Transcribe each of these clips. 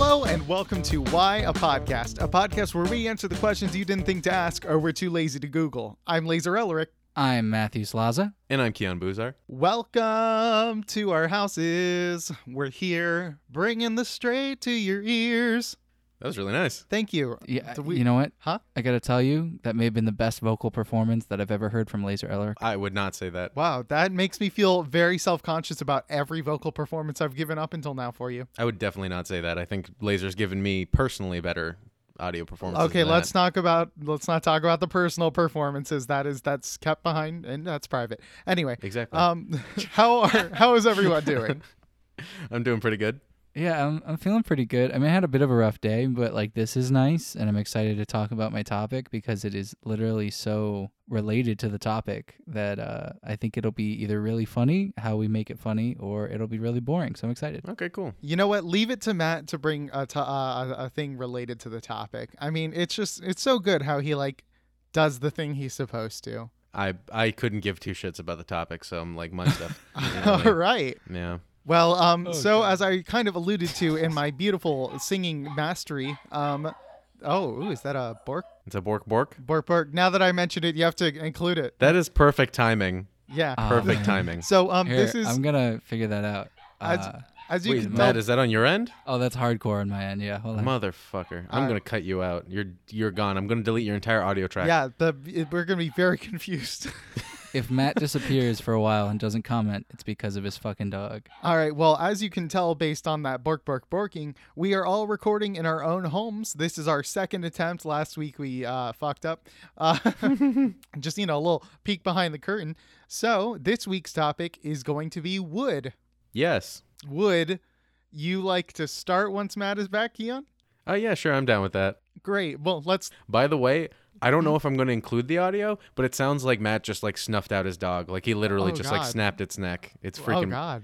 welcome to Why a Podcast, a podcast where we answer the questions you didn't think to ask or were too lazy to Google. I'm Laser Ellerick. I'm Matthew Slaza. And I'm Keon Buzar. Welcome to our houses. We're here bringing the stray to your ears. That was really nice. Thank you. Yeah, Did we- you know what? Huh? I gotta tell you, that may have been the best vocal performance that I've ever heard from Laser Eller. I would not say that. Wow, that makes me feel very self conscious about every vocal performance I've given up until now for you. I would definitely not say that. I think Laser's given me personally better audio performances. Okay, than let's that. talk about let's not talk about the personal performances. That is that's kept behind and that's private. Anyway, Exactly. um, how are how is everyone doing? I'm doing pretty good. Yeah, I'm, I'm feeling pretty good. I mean, I had a bit of a rough day, but like this is nice, and I'm excited to talk about my topic because it is literally so related to the topic that uh, I think it'll be either really funny, how we make it funny, or it'll be really boring. So I'm excited. Okay, cool. You know what? Leave it to Matt to bring a, to- uh, a a thing related to the topic. I mean, it's just it's so good how he like does the thing he's supposed to. I I couldn't give two shits about the topic, so I'm like my stuff. You know, like, All right. Yeah. Well, um, Oh, so God. as I kind of alluded to in my beautiful singing mastery, um, oh, ooh, is that a bork It's a bork bork. bork bork? Now that I mentioned it, you have to include it. That uh, is perfect timing. Yeah. Ah, Perfect man. timing. so um, Here, this is I'm gonna figure that out. As- Uh, as you Wait, can Matt, tell. is that on your end? oh, that's hardcore on my end. Yeah, hold on. Motherfucker. I'm Alright. gonna cut you out. You're you're gone. I'm gonna delete your entire audio track. Yeah, the it- we're gonna be very confused. if Matt disappears for a while and doesn't comment, it's because of his fucking dog. all right. Well, as you can tell based on that bork bork borking, we are all recording in our own homes. This is our second attempt. Last week we uh, fucked up. Uh, just you know a little peek behind the curtain. So this week's topic is going to be wood. Yes. Would you like to start once Matt is back, Keon? Oh yeah, sure, I'm down with that. Great. Well, let's. By the way, I Mm-hmm. don't know if I'm going to include the audio, but it sounds like Matt just like snuffed out his dog. Like he literally Oh, just God. like snapped its neck. It's oh freaking. God,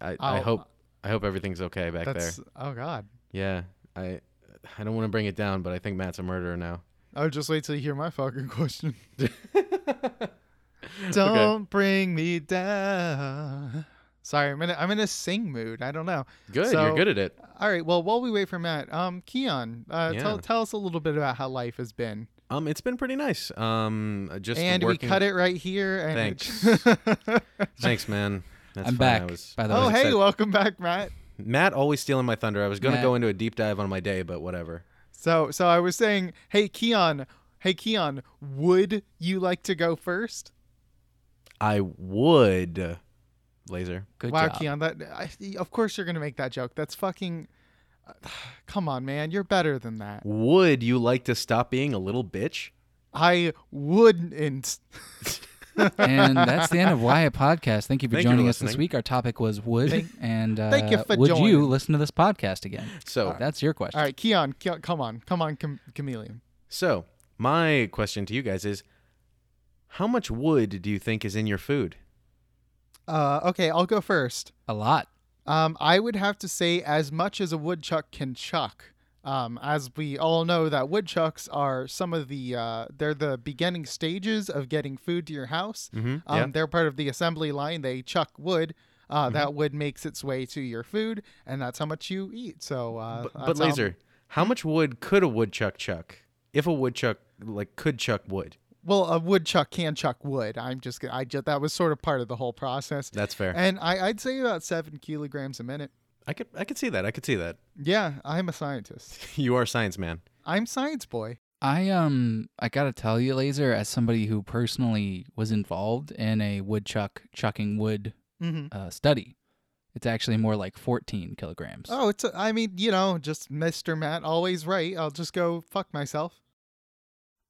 I, I I'll- hope I hope everything's okay back that's there. oh God. Yeah, I I don't want to bring it down, but I think Matt's a murderer now. Oh, just wait till you hear my fucking question. Don't bring me down. Sorry, I'm in a, I'm in a sing mood. I don't know. Good, So- you're good at it. All right. Well, while we wait for Matt, um, Keon, uh, tell Yeah. tell us a little bit about how life has been. Um, it's been pretty nice. Um, uh, just and we working... cut it right here. And Oh, it- Thanks, man. That's I'm fine. I back. was- By the way, oh, was hey, upset. welcome back, Matt. Matt always stealing my thunder. I was gonna Matt. go into a deep dive on my day, but whatever. So so I was saying, hey, Keon, hey, Keon, would you like to go first? I would, laser. good wow, job. Keon, that I, of course you're gonna make that joke. That's fucking. Come on, man, you're better than that. Would you like to stop being a little bitch? I wouldn't. and that's the end of Why a Podcast. Thank you for Thank you for joining us this listening. week. Our topic was would, and uh, thank you for would you joining. listen to this podcast again? Oh, So That's your question. All right, Keon, Keon come on, come on, chame- chameleon. So, my question to you guys is how much wood do you think is in your food? Uh, okay, I'll go first. A lot. Um, I would have to say as much as a woodchuck can chuck. Um, as we all know, that woodchucks are some of the uh, they're the beginning stages of getting food to your house. Mm-hmm. Mhm, Um, yeah. They're part of the assembly line. They chuck wood. Uh, That Mm-hmm. wood makes its way to your food, and that's how much you eat. So, uh, But, but that's how- laser, how much wood could a woodchuck chuck? If a woodchuck like could chuck wood. Well, a woodchuck can chuck wood. I'm just, I just that was sort of part of the whole process. That's fair. And I, I'd say about seven kilograms a minute. I could I could see that. I could see that. Yeah, I'm a scientist. You are a science man. I'm science boy. I um I gotta tell you, Laser, as somebody who personally was involved in a woodchuck chucking wood hmm uh, study, it's actually more like 14 kilograms. Oh, it's. A, I mean, you know, just Mr. Matt, always right. I'll just go fuck myself.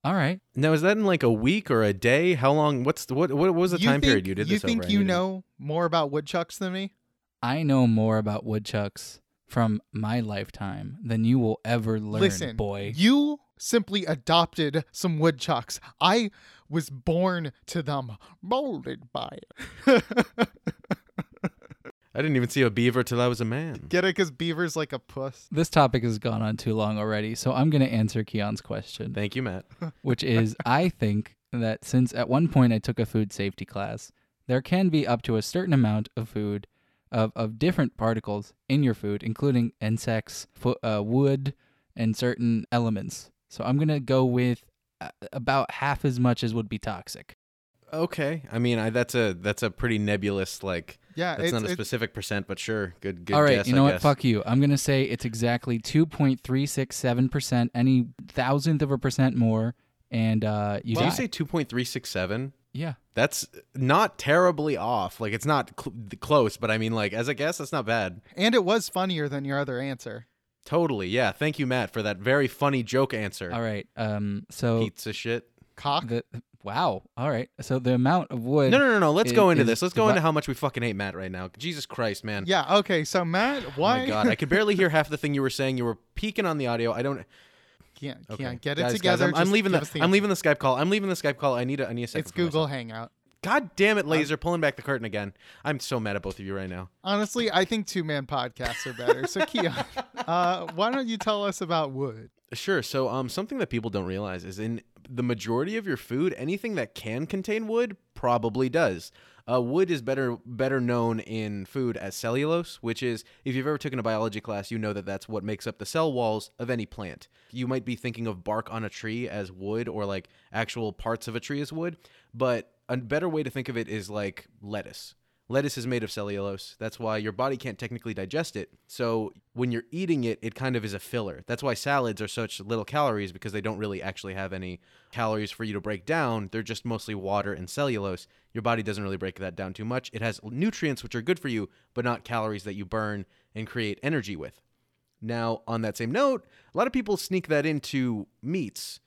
All right. Now is that in like a week or a day? How long? What's the, what? What was the time period you did You this? think over? you didn't- know more about woodchucks than me? I know more about woodchucks from my lifetime than you will ever learn, Listen, boy. you simply adopted some woodchucks. I was born to them, molded by it. I didn't even see a beaver till I was a man. Get it? Because beaver's like a puss. This topic has gone on too long already, so I'm gonna answer Keon's question. Thank you, Matt. which is I think that since at one point I took a food safety class, there can be up to a certain amount of food of, of different particles in your food, including insects, fo- uh, wood, and certain elements. So I'm going to go with uh, about half as much as would be toxic. Okay. I mean, I, that's a that's a pretty nebulous like. Yeah, That's it's, not a it's- specific percent, but sure. Good. Good. All right, guess, you know I what? Guess. Fuck you. I'm going to say it's exactly 2.367%, any thousandth of a percent more. And uh, you Did you die. say two point three six seven? yeah. That's not terribly off. Like it's not cl- close, but I mean, like as a guess, that's not bad. and it was funnier than your other answer. Totally. Yeah. Thank you, Matt, for that very funny joke answer. All right. Um. So Pizza shit. Cock. the wow. All right. So the amount of wood. No, no, no, no. Let's it go into is this. Let's go divi- into how much we fucking hate Matt right now. Jesus Christ, man. yeah. Okay. So Matt, Oh why my God, I could barely hear half the thing you were saying. You were peeking on the audio. I don't. can't Okay. can't get it Guys, guys, together? I'm, I'm Just leaving give the, us the I'm answer. leaving the Skype call. I'm leaving the Skype call. I need a, I need a second. It's for myself. Google Uh, Hangout. God damn it, Laser, pulling back the curtain again. I'm so mad at both of you right now. Honestly, I think two man podcasts are better. So Keon, uh, why don't you tell us about wood? Sure. So, um, something that people don't realize is in the majority of your food, anything that can contain wood probably does. Uh, wood is better better known in food as cellulose, which is if you've ever taken a biology class, you know that that's what makes up the cell walls of any plant. You might be thinking of bark on a tree as wood, or like actual parts of a tree as wood, but a better way to think of it is like lettuce. Lettuce is made of cellulose. That's why your body can't technically digest it. So when you're eating it, it kind of is a filler. That's why salads are such little calories because they don't really actually have any calories for you to break down. They're just mostly water and cellulose. Your body doesn't really break that down too much. It has nutrients which are good for you, but not calories that you burn and create energy with. Now, on that same note, a lot of people sneak that into meats.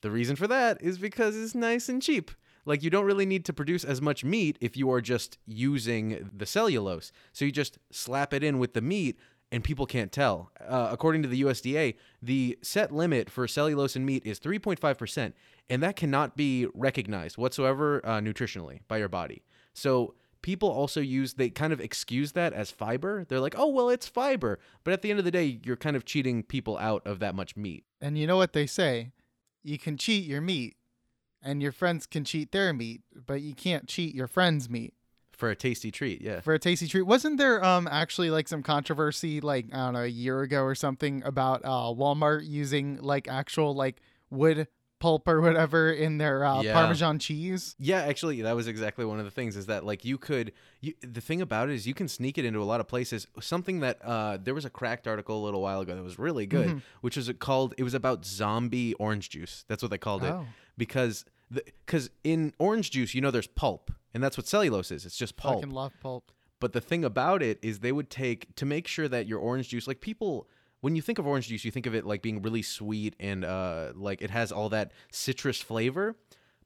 The reason for that is because it's nice and cheap. Like you don't really need to produce as much meat if you are just using the cellulose. So you just slap it in with the meat and people can't tell. Uh, according to the USDA, the set limit for cellulose in meat is 3.5%, and that cannot be recognized whatsoever uh, nutritionally by your body. So people also use they kind of excuse that as fiber. They're like, "Oh, well, it's fiber." But at the end of the day, you're kind of cheating people out of that much meat. And you know what they say? You can cheat your meat, and your friends can cheat their meat, but you can't cheat your friends' meat For a tasty treat, yeah. for a tasty treat. Wasn't there um actually like some controversy like I don't know a year ago or something about uh Walmart using like actual like wood pulp or whatever in their uh, Yeah. Parmesan cheese? Yeah, actually, that was exactly one of the things is that like you could. You, the thing about it is you can sneak it into a lot of places. Something that uh, there was a cracked article a little while ago that was really good, Mm-hmm. which was uh, called. It was about zombie orange juice. That's what they called it Oh. because because in orange juice, you know, there's pulp, and that's what cellulose is. It's just pulp. Fucking love pulp. But the thing about it is they would take to make sure that your orange juice, like people when you think of orange juice, you think of it like being really sweet and uh like it has all that citrus flavor.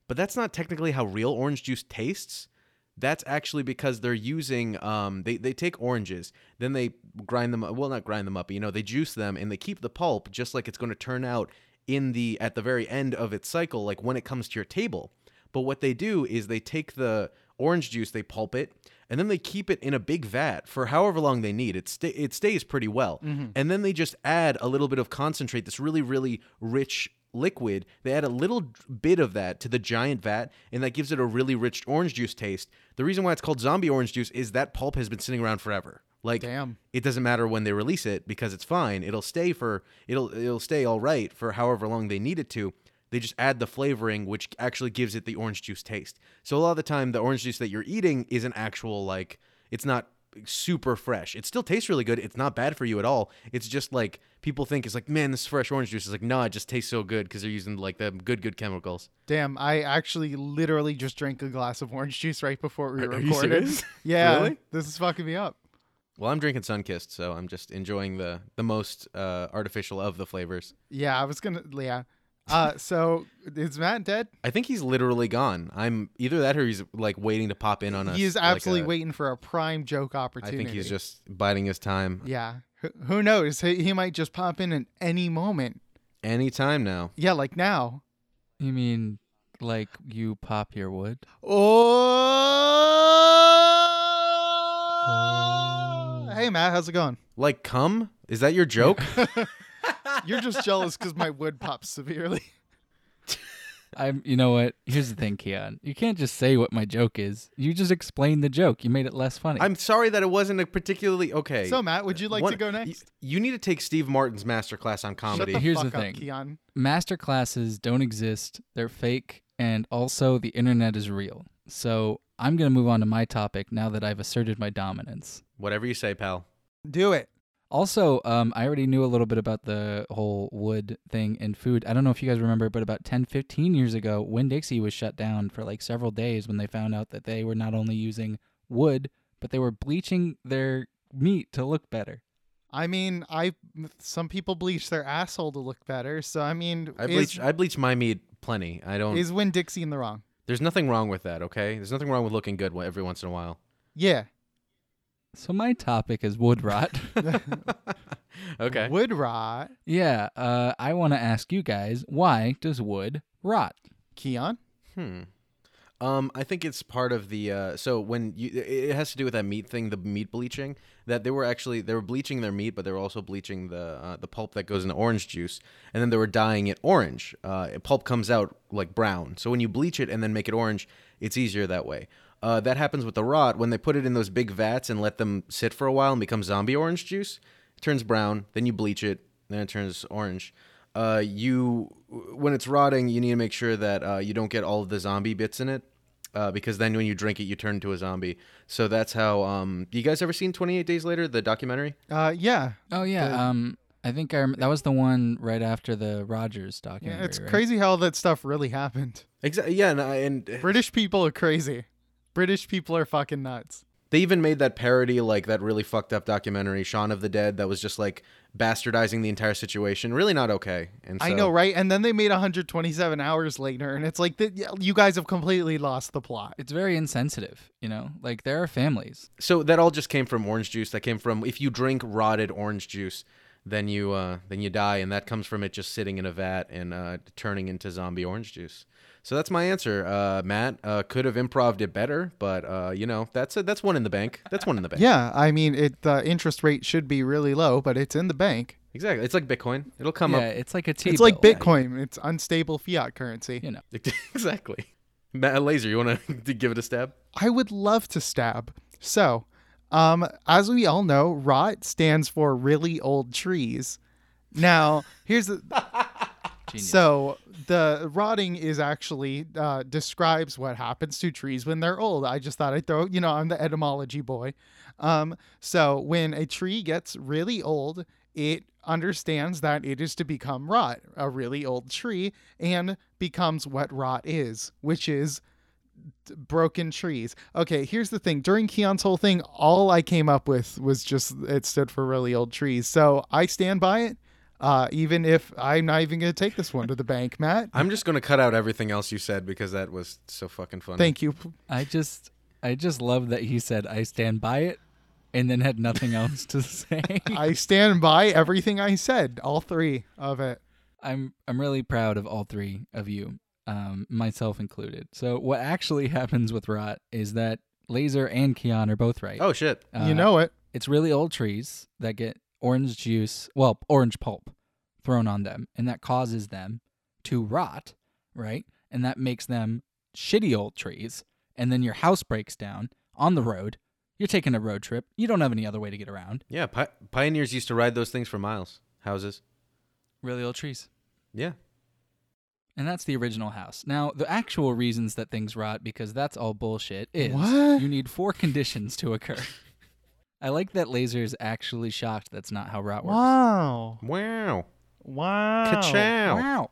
But that's not technically how real orange juice tastes. That's actually because they're using um they, they take oranges, then they grind them up well not grind them up, but you know, they juice them and they keep the pulp just like it's gonna turn out in the at the very end of its cycle, like when it comes to your table. But what they do is they take the orange juice, they pulp it, and then they keep it in a big vat for however long they need. It sta it stays pretty well, and then they just add a little bit of concentrate. This really really rich liquid. They add a little d- bit of that to the giant vat, and that gives it a really rich orange juice taste. The reason why it's called zombie orange juice is that pulp has been sitting around forever. Like Damn. it doesn't matter when they release it because it's fine. It'll stay for it'll it'll stay all right for however long they need it to. They just add the flavoring, which actually gives it the orange juice taste. So a lot of the time, the orange juice that you're eating is an actual like it's not super fresh. It still tastes really good. It's not bad for you at all. It's just like people think it's like man, this is fresh orange juice. It's like no, it just tastes so good because they're using like the good good chemicals. Damn, I actually literally just drank a glass of orange juice right before we Are- are you recorded. serious? Yeah, Really? this is fucking me up. Well, I'm drinking Sunkist, so I'm just enjoying the the most uh, artificial of the flavors. Yeah, I was gonna. Yeah. Uh, so is Matt dead? I think he's literally gone. I'm either that or he's like waiting to pop in on us. He is like absolutely a- waiting for a prime joke I opportunity. think he's just biding his time. Yeah. Who, who knows? He, he might just pop in at any moment. Any time now. Yeah, like now. You mean like you pop your wood? Oh. Hey Matt, how's it going? Like come? Is that your joke? You're just jealous because my wood pops severely. I'm. You know what? Here's the thing, Keon. You can't just say what my joke is. You just explained the joke. You made it less funny. I'm sorry that it wasn't a particularly okay. So Matt, would you like One- to go y- um, next? You, need to take Steve Martin's masterclass on comedy. Shut the Here's fuck the up, thing. Keon. master classes don't exist. They're fake, and also the internet is real. So I'm gonna move on to my topic now that I've asserted my dominance. Whatever you say, pal. Do it. Also, um, I already knew a little bit about the whole wood thing and food. I don't know if you guys remember, but about 10, 15 years ago, Winn Dixie was shut down for like several days when they found out that they were not only using wood, but they were bleaching their meat to look better. I mean, I some people bleach their asshole to look better. So I mean, I bleach. is, I bleach my meat plenty. I don't. is Win Dixie in the wrong? there's nothing wrong with that. Okay. There's nothing wrong with looking good every once in a while. Yeah. So my topic is wood rot. okay. Wood rot. yeah, uh, I want to ask you guys why does wood rot? Keon. Hmm. Um, I think it's part of the uh, so when you it it has to do with that meat thing, the meat bleaching that they were actually they were bleaching their meat, but they were also bleaching the uh, the pulp that goes into orange juice, and then they were dyeing it orange. Uh, pulp comes out like brown, so when you bleach it and then make it orange, it's easier that way. Uh, that happens with the rot when they put it in those big vats and let them sit for a while and become zombie orange juice. It turns brown, then you bleach it, then it turns orange uh, you when it's rotting, you need to make sure that uh, you don't get all of the zombie bits in it, uh, because then when you drink it, you turn into a zombie. So that's how. Um, you guys ever seen Twenty Eight Days Later, the documentary? Uh, yeah. Oh yeah, um, I think I rem- that was the one right after the Rogers documentary. yeah it's right? crazy how all that stuff really happened. Exactly. Yeah, and, I, and British people are crazy. British people are fucking nuts. They even made that parody, like that really fucked up documentary, Shaun of the Dead, that was just like bastardizing the entire situation. Really not okay. And so, I know, right? And then they made 127 hours later, and it's like, th- you guys have completely lost the plot. It's very insensitive, you know. Like there are families. So that all just came from orange juice. That came from if you drink rotted orange juice, then you uh, then you die, and that comes from it just sitting in a vat and uh, turning into zombie orange juice. So that's my answer, uh, Matt. Uh, could have improved it better, but uh, you know that's a, that's one in the bank. That's one in the bank. Yeah, I mean, it the interest rate should be really low, but it's in the bank. exactly. It's like Bitcoin. It'll come yeah, it's like a T. it's like bill. Bitcoin. It's unstable fiat currency. Yeah. up exactly. Matt Laser, you want to give it a stab? I would love to stab. So, um, as we all know, rot stands for really old trees. Now, here's the Genius. So the rotting is actually uh, describes what happens to trees when they're old. I just thought I'd throw, you know, I'm the etymology boy. Um, so when a tree gets really old, it understands that it is to become rot, a really old tree, and becomes what rot is, which is d- broken trees. Okay, here's the thing. During Keon's whole thing, all I came up with was just it stood for really old trees. So I stand by it. Uh, even if I'm not even going to take this one to the bank, Matt. I'm just gonna cut out everything else you said because that was so fucking funny. Thank you. I just, I just love that he said I stand by it, and then had nothing else to say. I stand by everything I said, all three of it. I'm, I'm really proud of all three of you, um, myself included. So what actually happens with rot is that Laser and Keon are both right. Oh shit. you Uh, know it. it's really old trees that get orange juice, well, orange pulp thrown on them, and that causes them to rot, right? And that makes them shitty old trees. And then your house breaks down on the road. You're taking a road trip. You don't have any other way to get around. Yeah, pi- pioneers used to ride those things for miles. Houses. Really old trees. Yeah. And that's the original house. Now, the actual reasons that things rot, because that's all bullshit, is What? you need four conditions to occur. I like that Laser is actually shocked that's not how rot works. Wow. Wow. Wow. Ka-chow. Wow.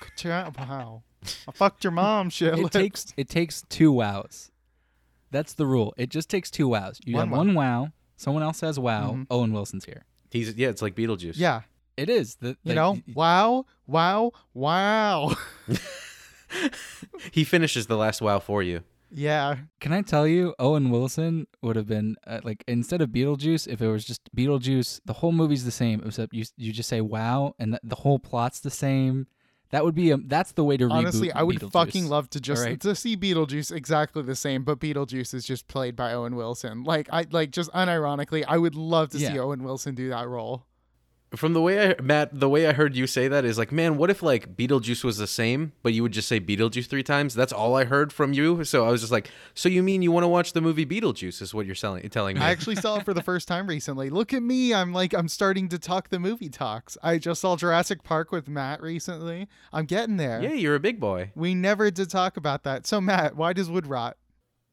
Ka-chow. Wow. I fucked your mom, shit. it takes it takes two wows. That's the rule. It just takes two wows. You One have wow. Mm-hmm. one wow. Someone else says wow. Owen Wilson's here. He's yeah, it's like Beetlejuice. Yeah. It is the, You the- know, wow, wow, wow. He finishes the last wow for you. yeah. Can I tell you, Owen Wilson would have been uh, like instead of Beetlejuice, if it was just Beetlejuice, the whole movie's the same. Except you you just say wow, and the, the whole plot's the same. That would be a, that's the way to Honestly, reboot I would Beetlejuice. fucking love to just Alright. to see Beetlejuice exactly the same, but Beetlejuice is just played by Owen Wilson. Like I like just unironically, I would love to see Yeah. Owen Wilson do that role. From the way I Matt, the way I heard you say that is like, man, what if like Beetlejuice was the same, but you would just say Beetlejuice three times? That's all I heard from you. So I was just like, so you mean you want to watch the movie Beetlejuice? Is what you're selling, telling me? I actually saw it for the first time recently. Look at me. I'm like, I'm starting to talk the movie talks. I just saw Jurassic Park with Matt recently. I'm getting there. yeah, you're a big boy. We never did talk about that. So, Matt, why does wood rot?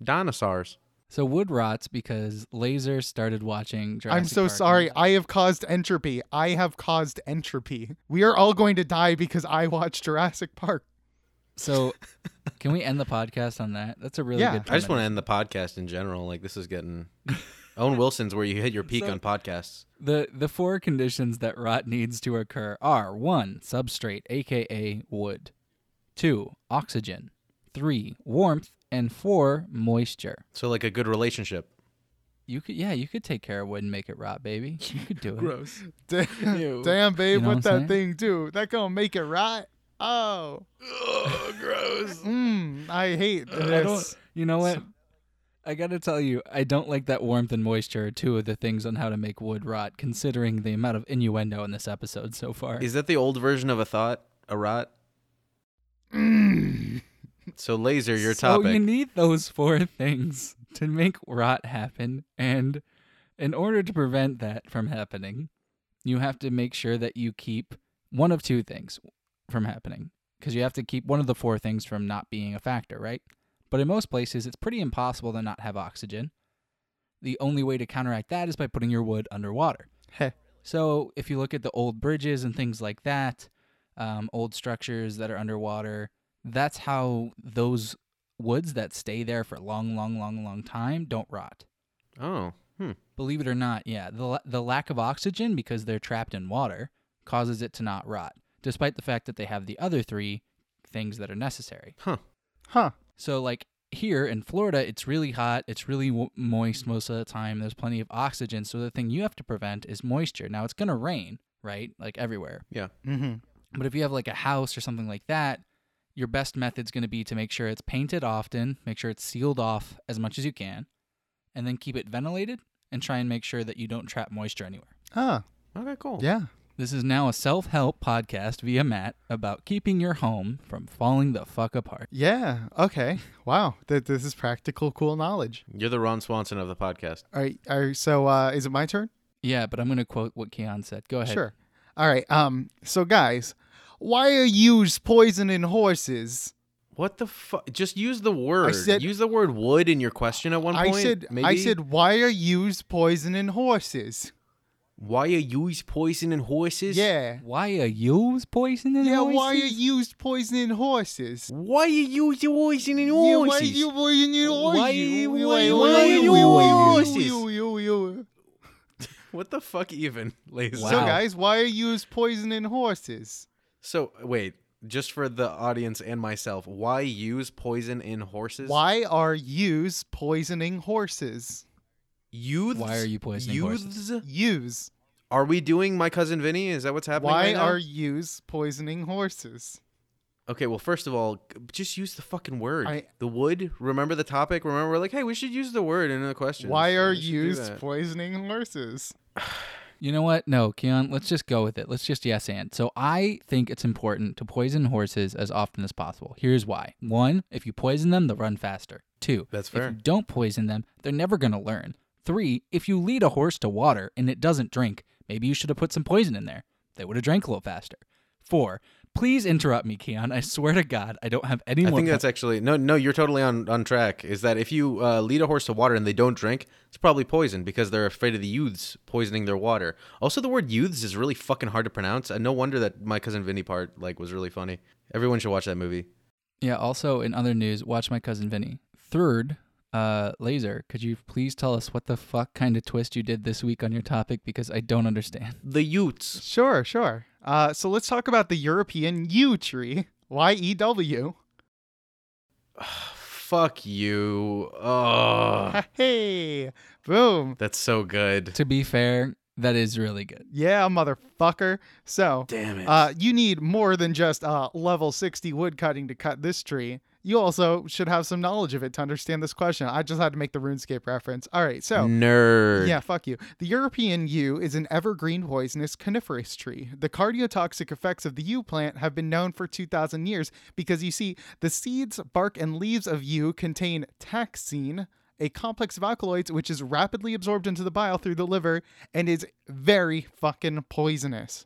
Dinosaurs. So wood rots because Laser started watching. Jurassic I'm so Park. sorry. I have caused entropy. I have caused entropy. We are all going to die because I watched Jurassic Park. So can we end the podcast on that? That's a really Yeah. good. I just want to end the podcast in general. Like this is getting Owen Wilson's where you hit your peak So- on podcasts. The the four conditions that rot needs to occur are one, substrate, aka wood, two, oxygen, three, warmth, and four, moisture. So like a good relationship. You could yeah, you could take care of wood and make it rot, baby. You could do it. Gross. Da- Ew. Damn, babe, You know what, what that I'm thing do? That gonna make it rot? Oh, Ugh, gross. mm, I hate this. I don't you know what? I gotta tell you, I don't like that warmth and moisture are two of the things on how to make wood rot, considering the amount of innuendo in this episode so far. Is that the old version of a thought? A rot? Mm. So laser, your so topic. you need those four things to make rot happen, and in order to prevent that from happening, you have to make sure that you keep one of two things from happening, because you have to keep one of the four things from not being a factor, right? But in most places, it's pretty impossible to not have oxygen. The only way to counteract that is by putting your wood underwater. Heh. So if you look at the old bridges and things like that, um, old structures that are underwater, that's how those woods that stay there for long, long, long, long time don't rot. oh, hmm. Believe it or not, yeah, the la- the lack of oxygen because they're trapped in water causes it to not rot, despite the fact that they have the other three things that are necessary. Huh. So like here in Florida, it's really hot, it's really w- moist most of the time. There's plenty of oxygen, so the thing you have to prevent is moisture. Now it's gonna rain, right? Like everywhere. Yeah. Mm-hmm. But if you have like a house or something like that, your best method's going to be to make sure it's painted often, make sure it's sealed off as much as you can, and then keep it ventilated and try and make sure that you don't trap moisture anywhere. Huh. Okay, cool. Yeah. This is now a self help podcast via Matt about keeping your home from falling the fuck apart. Yeah. Okay. Wow. That this is practical, cool knowledge. You're the Ron Swanson of the podcast. All right. All right. So, uh, is it my turn? Yeah, but I'm going to quote what Keon said. Go ahead. Sure. All right. Um. So, guys, why are yous poisoning horses? What the fuck? Just use the word. said- use the word wood in your question at one I point. said. maybe. I said. Why are yous poisoning horses? Why are you poisoning horses? yeah. Why are yous poisoning Yeah. horses? Why are yous poisoning horses? Why are you poisoning Yeah, horses? why you poisoning horses? Why you- Why- why- why- why why- you why- horses? you- you- you- What the fuck, even, laser? So, Wow. guys, why are yous poisoning horses? So wait, just for the audience and myself, why use poison in horses? Why are yous poisoning horses? youths? Why are you poisoning youths? horses? Yous. Are we doing my cousin Vinny? Is that what's happening? Why right now? are yous poisoning horses? Okay, well, first of all, g- just use the fucking word. I- the wood. Remember the topic. Remember, we're like, hey, we should use the word in the question. Why So are we should do yous that. poisoning horses? You know what? No, Keon, let's just go with it. Let's just yes and. So I think it's important to poison horses as often as possible. Here's why. One, if you poison them, they'll run faster. Two, That's if fair. you don't poison them, they're never going to learn. Three, if you lead a horse to water and it doesn't drink, maybe you should have put some poison in there. They would have drank a little faster. Four, please interrupt me, Keon. I swear to God, I don't have any I more. think that's actually no, no. You're totally on on track. Is that if you uh, lead a horse to water and they don't drink, it's probably poison because they're afraid of the youths poisoning their water. Also, the word youths is really fucking hard to pronounce. And no wonder that my cousin Vinny part like was really funny. Everyone should watch that movie. Yeah, also in other news, watch my cousin Vinny. Third, uh, Laser, could you please tell us what the fuck kind of twist you did this week on your topic? Because I don't understand. The youths. Sure, sure. Uh, so let's talk about the European yew tree. Y E W. Fuck you. Oh, Hey, boom. that's so good. To be fair, That is really good. Yeah, motherfucker. So, Damn it. uh, you need more than just uh, level 60 wood cutting to cut this tree. You also should have some knowledge of it to understand this question. I just had to make the RuneScape reference. All right, so. Nerd. Yeah, fuck you. The European yew is an evergreen poisonous coniferous tree. The cardiotoxic effects of the yew plant have been known for 2,000 years because you see, the seeds, bark, and leaves of yew contain taxine, a complex of alkaloids which is rapidly absorbed into the bile through the liver and is very fucking poisonous.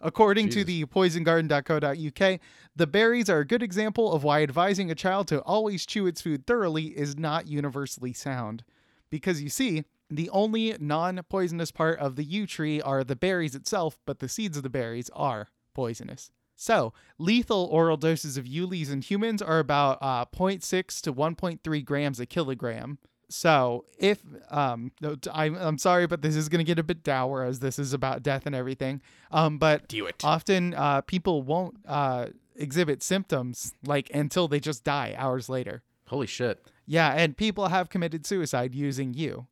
According to Jesus. the poisongarden.co.uk, the berries are a good example of why advising a child to always chew its food thoroughly is not universally sound. Because you see, the only non poisonous part of the yew tree are the berries itself, but the seeds of the berries are poisonous. So, lethal oral doses of yew leaves in humans are about uh, 0.6 to 1.3 grams a kilogram. So, if um, no, t- I'm, I'm sorry, but this is going to get a bit dour as this is about death and everything. Um, but Do it. often uh, people won't uh, exhibit symptoms like until they just die hours later. Holy shit. Yeah, and people have committed suicide using you.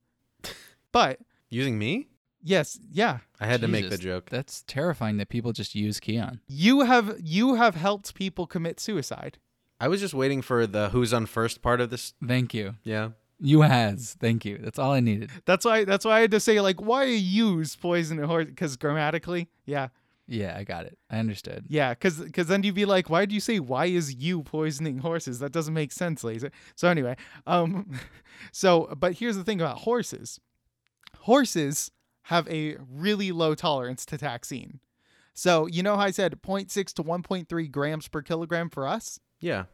But Using me? yes, yeah, I had to make the Jesus, joke. That's terrifying that people just use Keon. you have you have helped people commit suicide. I was just waiting for the who's on first part of this. Thank you. Yeah. You has. Thank you. That's all I needed. That's why that's why I had to say like why use poison horse because grammatically, yeah, Yeah, I got it. I understood. yeah, because then you'd be like, why do you say why is you poisoning horses? That doesn't make sense, laser. So anyway, um, so but here's the thing about horses, horses have a really low tolerance to taxine. So you know how I said 0.6 to 1.3 grams per kilogram for us. Yeah.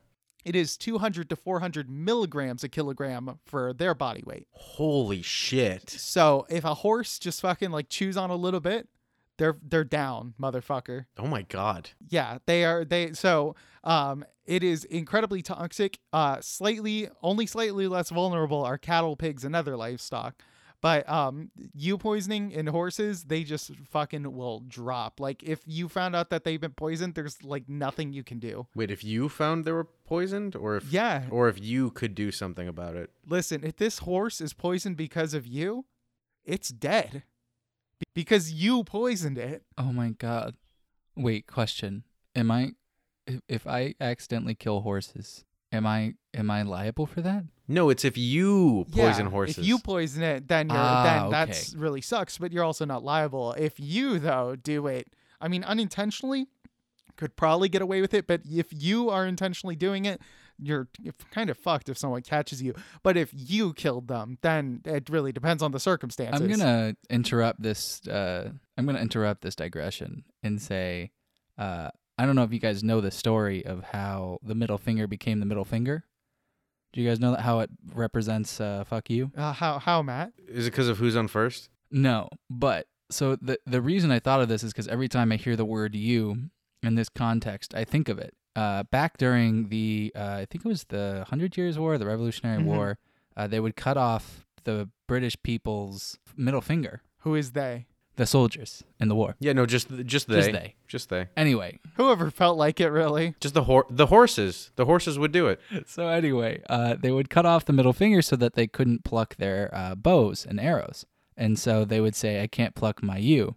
it is 200 to 400 milligrams a kilogram for their body weight. Holy shit. So if a horse just fucking like chews on a little bit, they're they're down, motherfucker. Oh my god. Yeah, they are they so um it is incredibly toxic. Uh slightly only slightly less vulnerable are cattle, pigs and other livestock. But um you poisoning in horses, they just fucking will drop. Like if you found out that they've been poisoned, there's like nothing you can do. Wait, if you found they were poisoned or if Yeah, or if you could do something about it. listen, if this horse is poisoned because of you, it's dead. Be- Because you poisoned it. Oh my god. Wait, question. Am I if- if I accidentally kill horses, am I am I liable for that? No, it's if you poison Yeah, horses. If you poison it, then you're Ah, then okay. that's really sucks, but you're also not liable. If you though do it, I mean unintentionally, could probably get away with it, but if you are intentionally doing it, you're kind of fucked if someone catches you. But if you killed them, then it really depends on the circumstances. I'm gonna interrupt this. Uh, I'm gonna interrupt this digression and say, uh, I don't know if you guys know the story of how the middle finger became the middle finger. Do you guys know that how it represents uh, "fuck you"? uh, how how Matt? Is it because of who's on first? No, but so the the reason I thought of this is because every time I hear the word "you" in this context, I think of it. Uh, back during the uh, I think it was the Hundred Years' War, the Revolutionary Mhm. War, uh, they would cut off the British people's middle finger, Who is they? the soldiers in the war. Yeah, no, just just they. Just they. Just they. Anyway, Whoever felt like it really. Just the hor- the horses. The horses would do it. so anyway, uh, they would cut off the middle finger so that they couldn't pluck their uh, bows and arrows, and so they would say, "I can't pluck my you."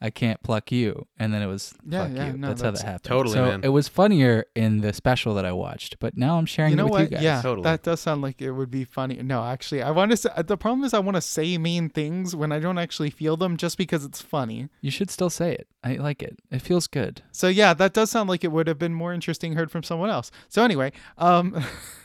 I can't pluck you, and then it was Yeah, fuck yeah, you. no, that's, that's- how that happened. Totally, so man. it was funnier in the special that I watched, but now I'm sharing you know it with what? you guys. yeah, Totally. that does sound like it would be funny. No, actually, I want to. Say, the problem is I want to say mean things when I don't actually feel them, just because it's funny. You should still say it. I like it. It feels good. So yeah, that does sound like it would have been more interesting heard from someone else. So anyway, um,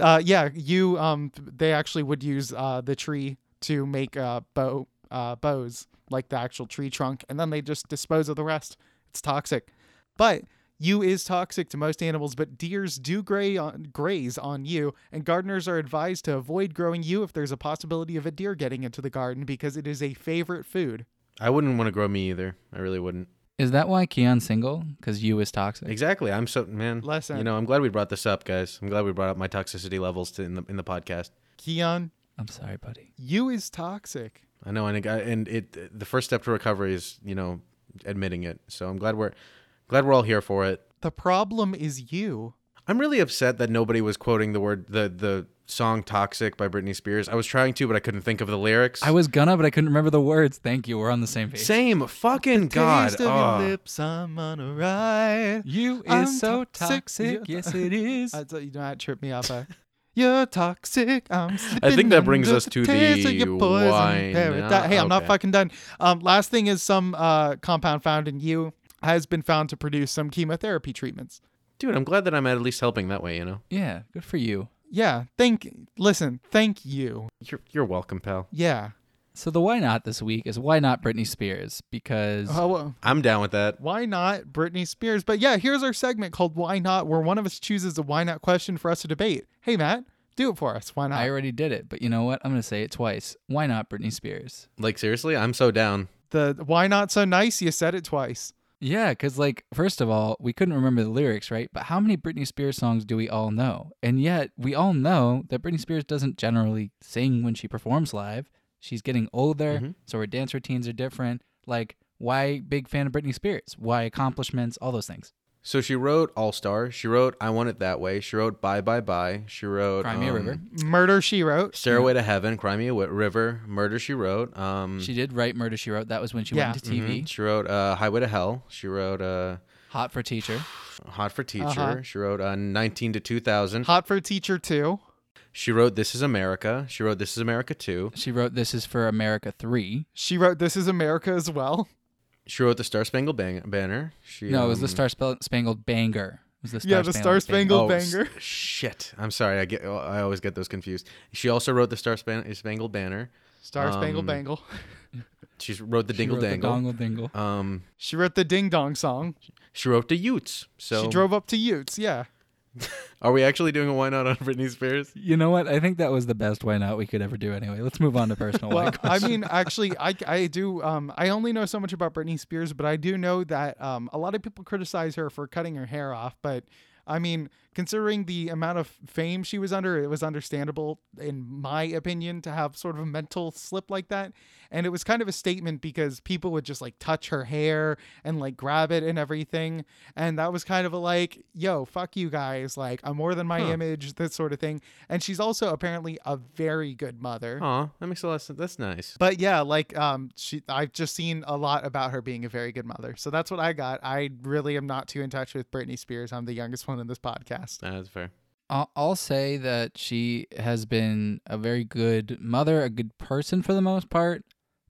uh, yeah, you um, they actually would use uh the tree to make uh bow uh bows like the actual tree trunk, and then they just dispose of the rest. It's toxic, but yew is toxic to most animals. But deers do gray on, graze on yew, and gardeners are advised to avoid growing yew if there's a possibility of a deer getting into the garden because it is a favorite food. I wouldn't want to grow me either. I really wouldn't. Is that why Keon's single? Because you is toxic. Exactly. I'm so man. Listen. You know, I'm glad we brought this up, guys. I'm glad we brought up my toxicity levels to, in the in the podcast. Keon, I'm sorry, buddy. yew is toxic. I know, and it, got- and it the first step to recovery is you know admitting it. So I'm glad we're glad we're all here for it. The problem is you. I'm really upset that nobody was quoting the word the the song Toxic by Britney Spears. I was trying to, but I couldn't think of the lyrics. I was gonna, but I couldn't remember the words. Thank you. We're on the same page. Same fucking God. Taste of ah. your lips, I'm on a ride. You is I'm so toxic. toxic. Yeah. Yes, it is. I thought you know that tripped me up. I- You're toxic. I'm I think slipping that brings under us to taste of the your poison wine. paradi- Ah, Hey, I'm not okay. fucking done. Um, last thing is some uh, compound found in you has been found to produce some chemotherapy treatments. Dude, I'm glad that I'm at least helping that way, you know? yeah, good for you. Yeah, thank. Listen, thank you. You're, you're welcome, pal. Yeah. So the why not this week is why not Britney Spears because Oh, well, I'm down with that. why not Britney Spears? But yeah, here's our segment called "Why Not," where one of us chooses a why not question for us to debate. Hey, Matt, do it for us. Why not? I already did it. But you know what? I'm gonna say it twice. Why not Britney Spears? Like, seriously, I'm so down. the why not so nice? You said it twice. Yeah, because like first of all, we couldn't remember the lyrics, right? But how many Britney Spears songs do we all know? And yet we all know that Britney Spears doesn't generally sing when she performs live. She's getting older, Mm-hmm. so her dance routines are different. Like, why big fan of Britney Spears? Why accomplishments? All those things. So she wrote All Star. She wrote I Want It That Way. She wrote Bye Bye Bye. She wrote Crimea um, River. Murder She Wrote. Stairway to Heaven, Crimea Wi- River, Murder She Wrote. Um, She did write Murder She Wrote. That was when she mm. Yeah. mm-hmm. went into TV. mhm. She wrote uh, Highway to Hell. She wrote uh, Hot for Teacher. Hot for Teacher. Uh-huh. She wrote uh, 19 to 2000. Hot for Teacher too. She wrote This Is America. She wrote This Is America 2. She wrote This Is for America 3. She wrote This Is America as well. She wrote The Star Spangled Bang- Banner. She, No, it was the um, Star Spell- Spangled Banger. It was the Star Yeah, the Star Spangled Oh, s- Banger. shit. I'm sorry. I get. I always get those confused. She also wrote the Star Span- Spangled Banner. Star Spangled Um, Bangle. She wrote the She Dingle wrote the Dangle. Dongle Dingle. um, She wrote the Ding Dong song. she wrote the Utes. So She drove up to Utes. Yeah. Are we actually doing a why not on Britney Spears? You know what? I think that was the best why not we could ever do anyway. Let's move on to personal why Well, I questions. mean, actually, I, I do. Um, I only know so much about Britney Spears, but I do know that um, a lot of people criticize her for cutting her hair off. But I mean, considering the amount of fame she was under, it was understandable, in my opinion, to have sort of a mental slip like that. And it was kind of a statement because people would just like touch her hair and like grab it and everything. And that was kind of a like, yo, fuck you guys. Like, I'm more than my Huh. image, that sort of thing. And she's also apparently a very good mother. Aw, that makes a lot of sense. That's nice. But yeah, like um she I've just seen a lot about her being a very good mother. So that's what I got. I really am not too in touch with Britney Spears. I'm the youngest one in this podcast. Nah, that's fair. I'll, I'll say that she has been a very good mother, a good person for the most part.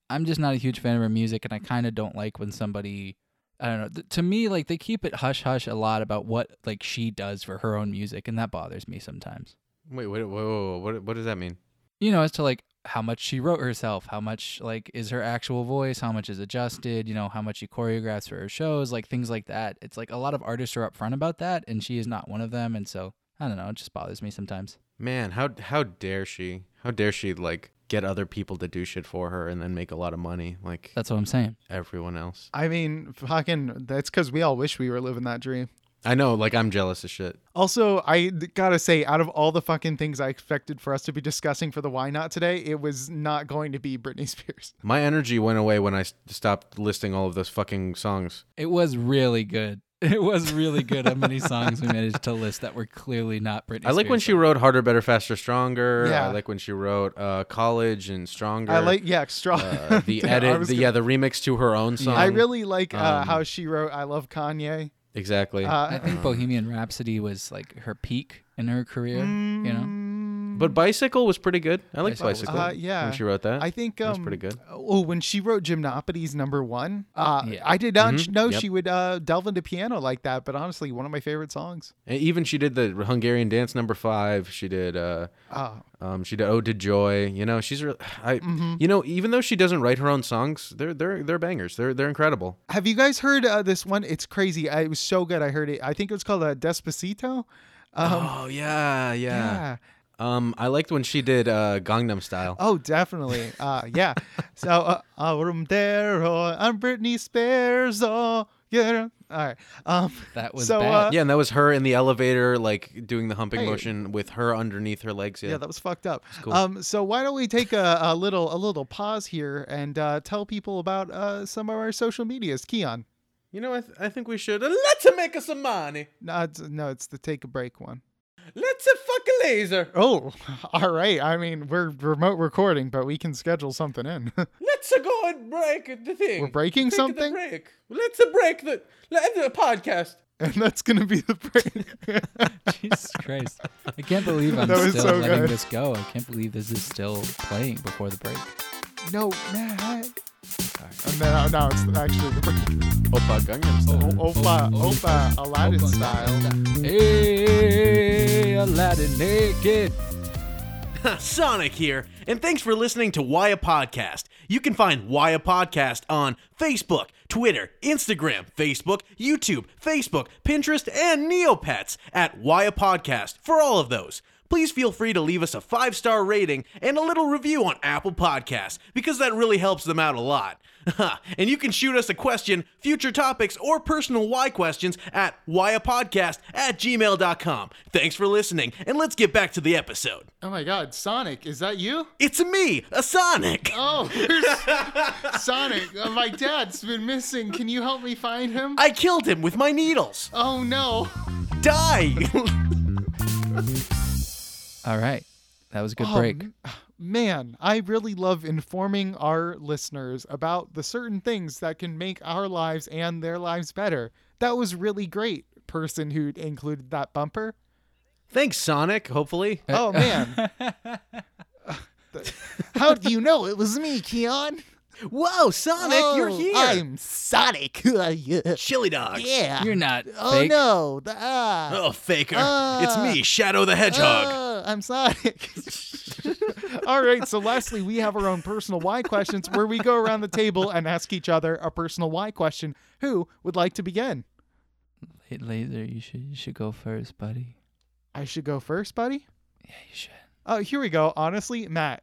I'm just not a huge fan of her music, and I kind of don't like when somebody. I don't know. Th- to me, like they keep it hush hush a lot about what like she does for her own music, and that bothers me sometimes. Wait, wait, whoa, whoa, whoa, what, what does that mean? You know, as to like how much she wrote herself, how much like is her actual voice, how much is adjusted, you know, how much she choreographs for her shows, like things like that. It's like a lot of artists are upfront about that, and she is not one of them. And so I don't know. It just bothers me sometimes. Man, how how dare she? How dare she like get other people to do shit for her and then make a lot of money like That's what I'm saying. everyone else? I mean, fucking that's cuz we all wish we were living that dream. I know, like I'm jealous of shit. Also, I d- gotta say, out of all the fucking things I expected for us to be discussing for the why not today, it was not going to be Britney Spears. My energy went away when I s- stopped listing all of those fucking songs. It was really good. It was really good how many songs we managed to list that were clearly not Britney. I like when she Spears wrote "Harder, Better, Faster, Stronger." Yeah. I like when she wrote uh, "College" and "Stronger." I like yeah, straw. uh, the Yeah, I edit, was the, gonna- yeah, the remix to her own song. I really like uh, um, how she wrote "I love Kanye." exactly. songs. I Uh, think Bohemian Rhapsody was like her peak in her career. You Mm. know, But bicycle was pretty good. I like Bicycle was bicycle. mm, Uh, yeah, When she wrote that, I think um, That's pretty good. Oh, when she wrote Gymnopolis number one, uh, Yeah. I did not Mhm. know Yep. she would uh, delve into piano like that. But honestly, one of my favorite songs. and even she did the Hungarian dance number five. She did. Uh, Uh, um, she did Ode to Joy. You know, she's. Re- I. You know, even though she doesn't write her own songs, they're they're they're bangers. They're they're incredible. have you guys heard uh, this one? It's crazy. I, it was so good. I heard it. I think it was called uh, Despacito. Um, oh yeah, yeah, yeah. Um, I liked when she did uh, Gangnam Style. Oh, definitely. Uh, yeah. so uh, uh, from there, oh, I'm Britney Spears. Oh, yeah. All right. Um, that was So, bad. uh, yeah, and that was her in the elevator, like doing the humping Hey. motion with her underneath her legs. Yeah. yeah, that was fucked up. cool. Um, so why don't we take a, a little a little pause here and uh, tell people about uh, some of our social medias, Keon. you know, I, th- I think we should. Let's make us some money. No, it's, no, it's the take a break one. Let's a fuck a laser. Oh, all right. I mean, we're remote recording, but we can schedule something in. Let's a go and break the thing. We're breaking Take something? The break. Let's a break the let the podcast. and that's going to be the break. Jesus Christ. I can't believe I'm That was still so letting good. this go. I can't believe this is still playing before the break. no, Matt. And then, now Uh, it's actually the break. Oh, Opa Gangnam Style. O- Opa, Opa, oh, Aladdin style. Hey, Aladdin naked. Sonic here, and thanks for listening to Why a Podcast. You can find Why a Podcast on Facebook, Twitter, Instagram, Facebook, YouTube, Facebook, Pinterest, and Neopets at Why a Podcast for all of those. Please feel free to leave us a five star rating and a little review on Apple Podcasts because that really helps them out a lot. and you can shoot us a question, future topics, or personal why questions at whyapodcast at gmail.com. Thanks for listening, and let's get back to the episode. Oh my God, Sonic, is that you? It's me, a Sonic. Oh, Sonic, uh, my dad's been missing. Can you help me find him? I killed him with my needles. oh no. Die. All right. That was a good Oh, break. m- Man, I really love informing our listeners about the certain things that can make our lives and their lives better. That was really great, person who included that bumper. Thanks, Sonic. Hopefully. Uh, Oh man. How do you know it was me, Keon? Whoa, Sonic, you're Oh, here. I'm Sonic. yeah. Chili Dogs. You're not. Oh fake. no. The- ah. Oh, faker. Ah. it's me, Shadow the Hedgehog. Oh, I'm Sonic. All right. So, lastly, we have our own personal why questions where we go around the table and ask each other a personal why question. Who would like to begin? Hey, Laser, you should, you should go first, buddy. I should go first, buddy. Yeah, you should. Oh, here we go. Honestly, Matt,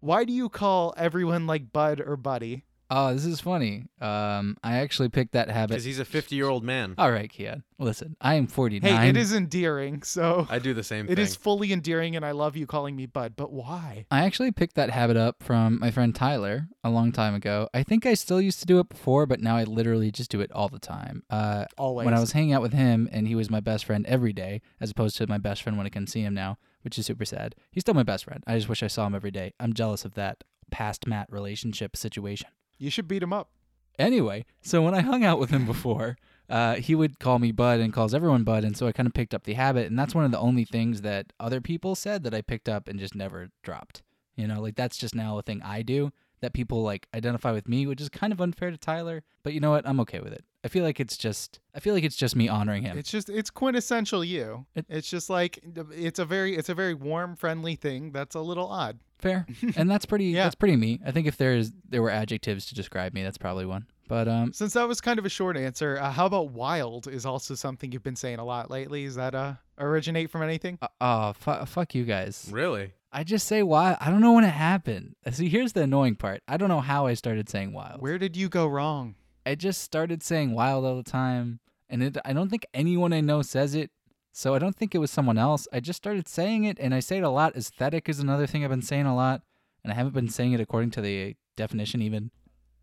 why do you call everyone like Bud or Buddy? Oh, this is funny. Um, I actually picked that habit. Because he's a 50 year old man. All right, Kian. Listen, I am 49. Hey, it is endearing. So, I do the same it thing. is fully endearing, and I love you calling me Bud, but why? I actually picked that habit up from my friend Tyler a long time ago. I think I still used to do it before, but now I literally just do it all the time. Uh, Always. when I was hanging out with him, and he was my best friend every day, as opposed to my best friend when I can see him now, which is super sad. He's still my best friend. I just wish I saw him every day. I'm jealous of that past Matt relationship situation. you should beat him up. Anyway, so when I hung out with him before, uh, he would call me Bud and calls everyone Bud, and so I kind of picked up the habit, and that's one of the only things that other people said that I picked up and just never dropped. You know, like that's just now a thing I do that people like identify with me, which is kind of unfair to Tyler, but you know what? I'm okay with it. I feel like it's just I feel like it's just me honoring him. It's just it's quintessential you. It- it's just like it's a very it's a very warm, friendly thing that's a little odd. Fair. and that's pretty Yeah. that's pretty me. I think if there's there were adjectives to describe me, that's probably one. But um Since that was kind of a short answer, uh, how about wild is also something you've been saying a lot lately? Is that uh originate from anything? uh, oh fu- fuck you guys. Really? I just say wild. I don't know when it happened. Uh, See, here's the annoying part. I don't know how I started saying wild. Where did you go wrong? I just started saying wild all the time, and it, I don't think anyone I know says it. So I don't think it was someone else. I just started saying it, and I say it a lot. Aesthetic is another thing I've been saying a lot, and I haven't been saying it according to the definition even.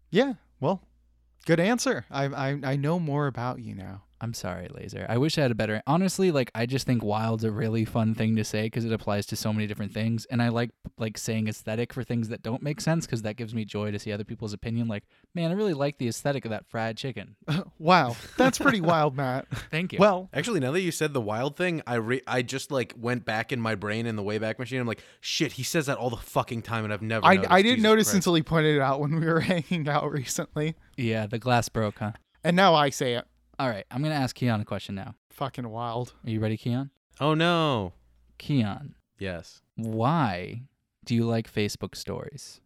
Yeah, well, good answer. I I I know more about you now. I'm sorry, Laser. I wish I had a better. Honestly, like I just think wild's a really fun thing to say because it applies to so many different things, and I like like saying aesthetic for things that don't make sense because that gives me joy to see other people's opinion. Like, man, I really like the aesthetic of that fried chicken. Wow, that's pretty wild, Matt. Thank you. Well, Actually, now that you said the wild thing, I re- I just like went back in my brain in the Wayback Machine. I'm like, shit, he says that all the fucking time, and I've never. I noticed. I didn't Jesus notice Christ. until he pointed it out when we were hanging out recently, yeah, the glass broke, huh? and now I say it. All right, I'm gonna ask Keon a question now. Fucking wild. Are you ready, Keon? Oh no. Keon, Yes, why do you like Facebook stories?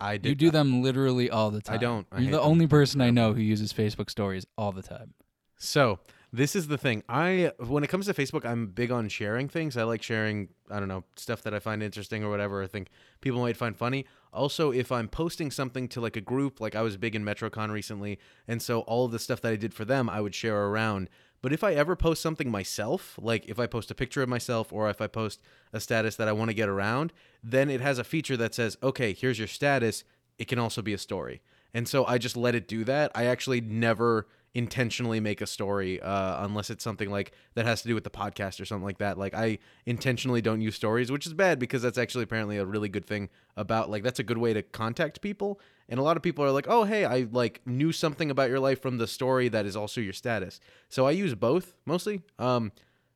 I did. You do them literally all the time. don't. I You're the hate them. only person I know who uses Facebook stories all the time. So this is the thing. I when it comes to Facebook, I'm big on sharing things. I like sharing. I don't know stuff that I find interesting or whatever. I think people might find funny. Also, if I'm posting something to like a group, like I was big in MetroCon recently, and so all of the stuff that I did for them, I would share around. But if I ever post something myself, like if I post a picture of myself or if I post a status that I want to get around, then it has a feature that says, "Okay, here's your status. It can also be a story." And so I just let it do that. I actually never intentionally make a story uh, unless it's something like that has to do with the podcast or something like that. Like I intentionally don't use stories, which is bad because that's actually apparently a really good thing about like that's a good way to contact people. And a lot of people are like, "Oh, hey, I like knew something about your life from the story that is also your status." So I use both mostly. Um,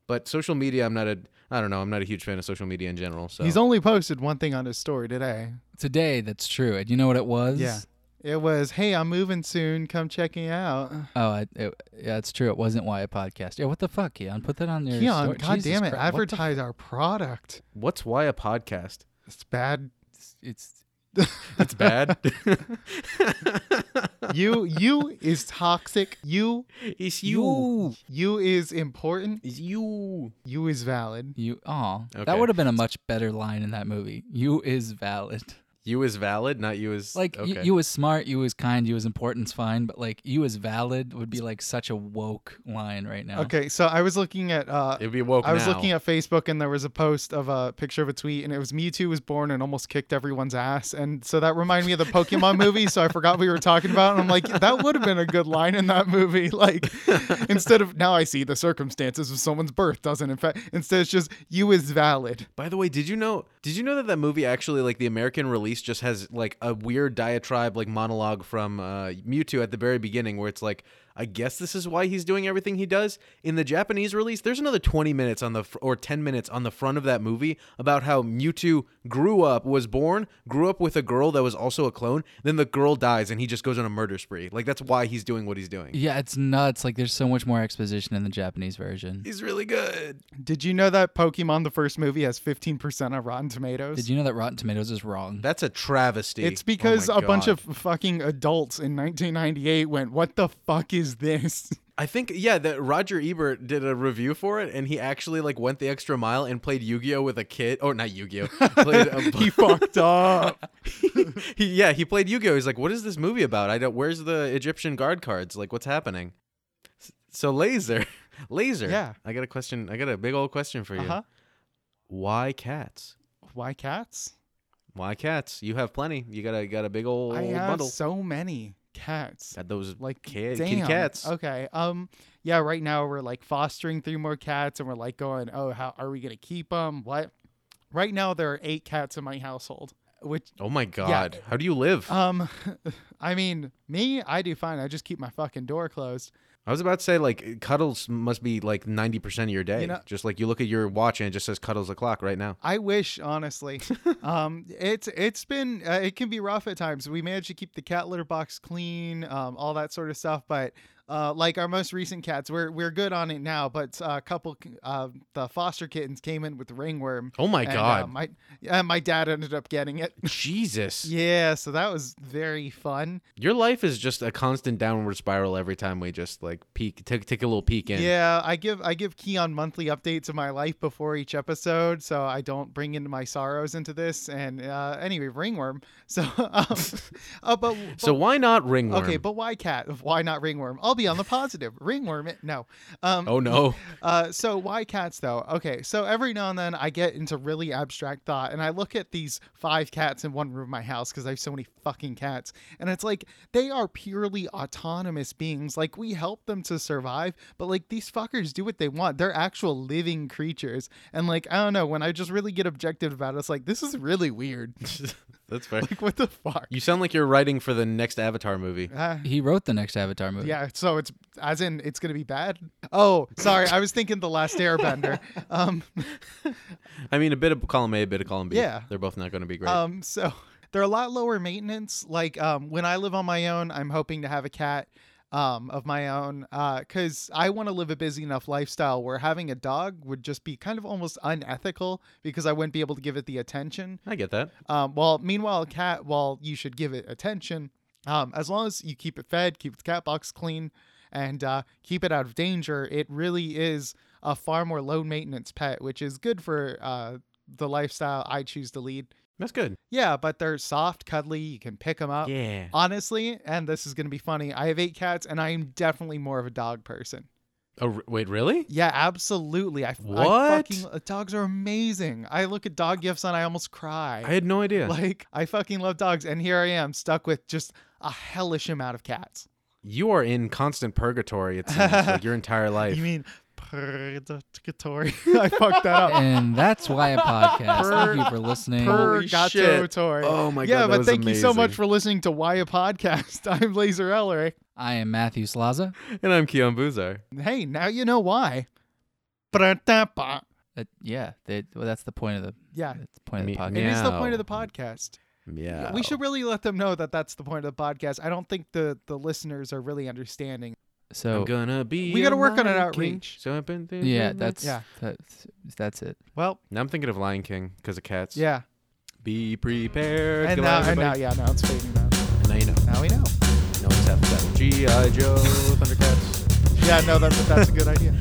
but social media, I'm not a I don't know, I'm not a huge fan of social media in general. So He's only posted one thing on his story today. Today, that's true. And you know what it was? Yeah. It was, hey, I'm moving soon. Come check me out. Oh, I, it, yeah, it's true. It wasn't why a podcast. Yeah, what the fuck, Keon? Put that on your. Keon, story. God Jesus damn it, Christ, what the advertise our product. what's why a podcast? It's bad. f- It's It's bad. You you is toxic. You it's you is important. It's you. You is valid. you. Aw, Okay. that would have been a much better line in that movie. You is valid. You is valid, not you is Like you, you was smart, you was kind, you was important's fine, but like you is valid would be like such a woke line right now. Okay, so I was looking at uh It'd be woke. I was now. looking at Facebook and there was a post of a picture of a tweet and it was Mewtwo was born and almost kicked everyone's ass. And so that reminded me of the Pokemon movie. So I forgot we were talking about. it, And I'm like, that would have been a good line in that movie. Like, instead of now I see the circumstances of someone's birth doesn't affect, instead it's just you is valid. By the way, did you know? Did you know that that movie actually, like the American release, just has like a weird diatribe, like monologue from uh, Mewtwo at the very beginning, where it's like, "I guess this is why he's doing everything he does." In the Japanese release, there's another 20 minutes on the fr- or 10 minutes on the front of that movie about how Mewtwo grew up, was born, grew up with a girl that was also a clone. Then the girl dies, and he just goes on a murder spree. Like that's why he's doing what he's doing. Yeah, it's nuts. Like there's so much more exposition in the Japanese version. He's really good. Did you know that Pokemon the first movie has 15% of Rotten Tomatoes? Did you know that Rotten Tomatoes is wrong? That's a travesty. it's Oh because my a bunch God. of fucking adults in 1998 went, "What the fuck is this?" I think yeah that Roger Ebert did a review for it and he actually like went the extra mile and played Yu-Gi-Oh with a kid or not Yu-Gi-Oh played a, he fucked up. he, yeah he played Yu-Gi-Oh he's like what is this movie about I don't where's the Egyptian guard cards like what's happening S- so laser laser Yeah. I got a question I got a big old question for you Uh-huh. why cats Why cats? why cats you have plenty you got a got a big old I have bundle so many cats. got those Like kid, damn. kitty cats Okay. Um. Yeah. Right now we're like fostering three more cats, and we're like going, "Oh, how are we gonna keep them? What?" Right now there are eight cats in my household. Which, oh my god how do you live um, I mean, me, I do fine. I just keep my fucking door closed. I was about to say like cuddles must be like ninety percent of your day. know- just like you look at your watch and it just says cuddles o'clock right now. I wish, honestly. um, it's it's been uh, it can be rough at times. We managed to keep the cat litter box clean, um, all that sort of stuff. But uh, like our most recent cats, we're we're good on it now. But uh, a couple, uh, the foster kittens came in with ringworm. Oh my and, uh, god, my uh, my dad ended up getting it. Jesus! Yeah, so that was very fun. Your life is just a constant downward spiral every time we just like peek, take take a little peek in. Yeah, I give I give Keon monthly updates of my life before each episode, so I don't bring into my sorrows into this. And uh, anyway, ringworm. So, um, uh, but, So why not ringworm? okay, but why cat? Why not ringworm? I'll be on the positive. ringworm? It, no. Um, oh no, uh, so why cats though? Okay, so every now and then I get into really abstract thought, and I look at these five cats in one room of my house because I have so many fucking cats, and it's like they are purely autonomous beings. Like we help them to survive, but like these fuckers do what they want. They're actual living creatures, and like I don't know. When I just really get objective about it, it's like this is really weird. that's fair. like what the fuck? You sound like you're writing for the next Avatar movie. Ah. He wrote the next Avatar movie. Uh, Yeah, so it's as in it's gonna be bad. Oh, sorry, I was thinking the last Airbender. Um, I mean, a bit of column A, a bit of column B. Yeah. they're both not going to be great. Um, so they're a lot lower maintenance. Like um, when I live on my own, I'm hoping to have a cat um, of my own because I want to live a busy enough lifestyle where having a dog would just be kind of almost unethical because I wouldn't be able to give it the attention. I get that. Um, while meanwhile, a cat, while you should give it attention, um, as long as you keep it fed, keep its cat box clean, and uh, keep it out of danger, it really is a far more low maintenance pet, which is good for uh, the lifestyle I choose to lead. That's good. Yeah, but they're soft, cuddly. You can pick them up. Yeah. Honestly, and this is going to be funny. I have eight cats, and I am definitely more of a dog person. Oh, r- wait, really? Yeah, absolutely. I, I What? fucking dogs are amazing. I look at dog gifts and I almost cry. I had no idea. Like I fucking love dogs, and here I am stuck with just a hellish amount of cats. You are in constant purgatory. It seems like your entire life. You mean purgatory? I fucked that up. And that's why a podcast. Thank you for listening. Holy shit. Purgatory. Oh my god! yeah, that but was thank you so much amazing. for listening to Why a Podcast. I'm Laser Ellery. I am Matthew Slaza. And I'm Keon Buzar. Hey, now you know why. Ba-da-da-ba. Uh, yeah, they, well, that's the point of the Yeah, that's the point of the Me- podcast. it is the point of the Meow. podcast. Yeah. We should really let them know that that's the point of the podcast. I don't think the the listeners are really understanding. So I'm gonna be. Oh. We gotta a work on an Lion outreach. King, so I've been thinking yeah, about- that's Yeah. that's that's it. Well, Now I'm thinking of Lion King because of cats. yeah, Be prepared. and Good now luck, and now, everybody. yeah, now it's fading out. Now you know. Now we know. No one's half that. G.I. Joe, Thundercats. Yeah, no, that, that's a good idea.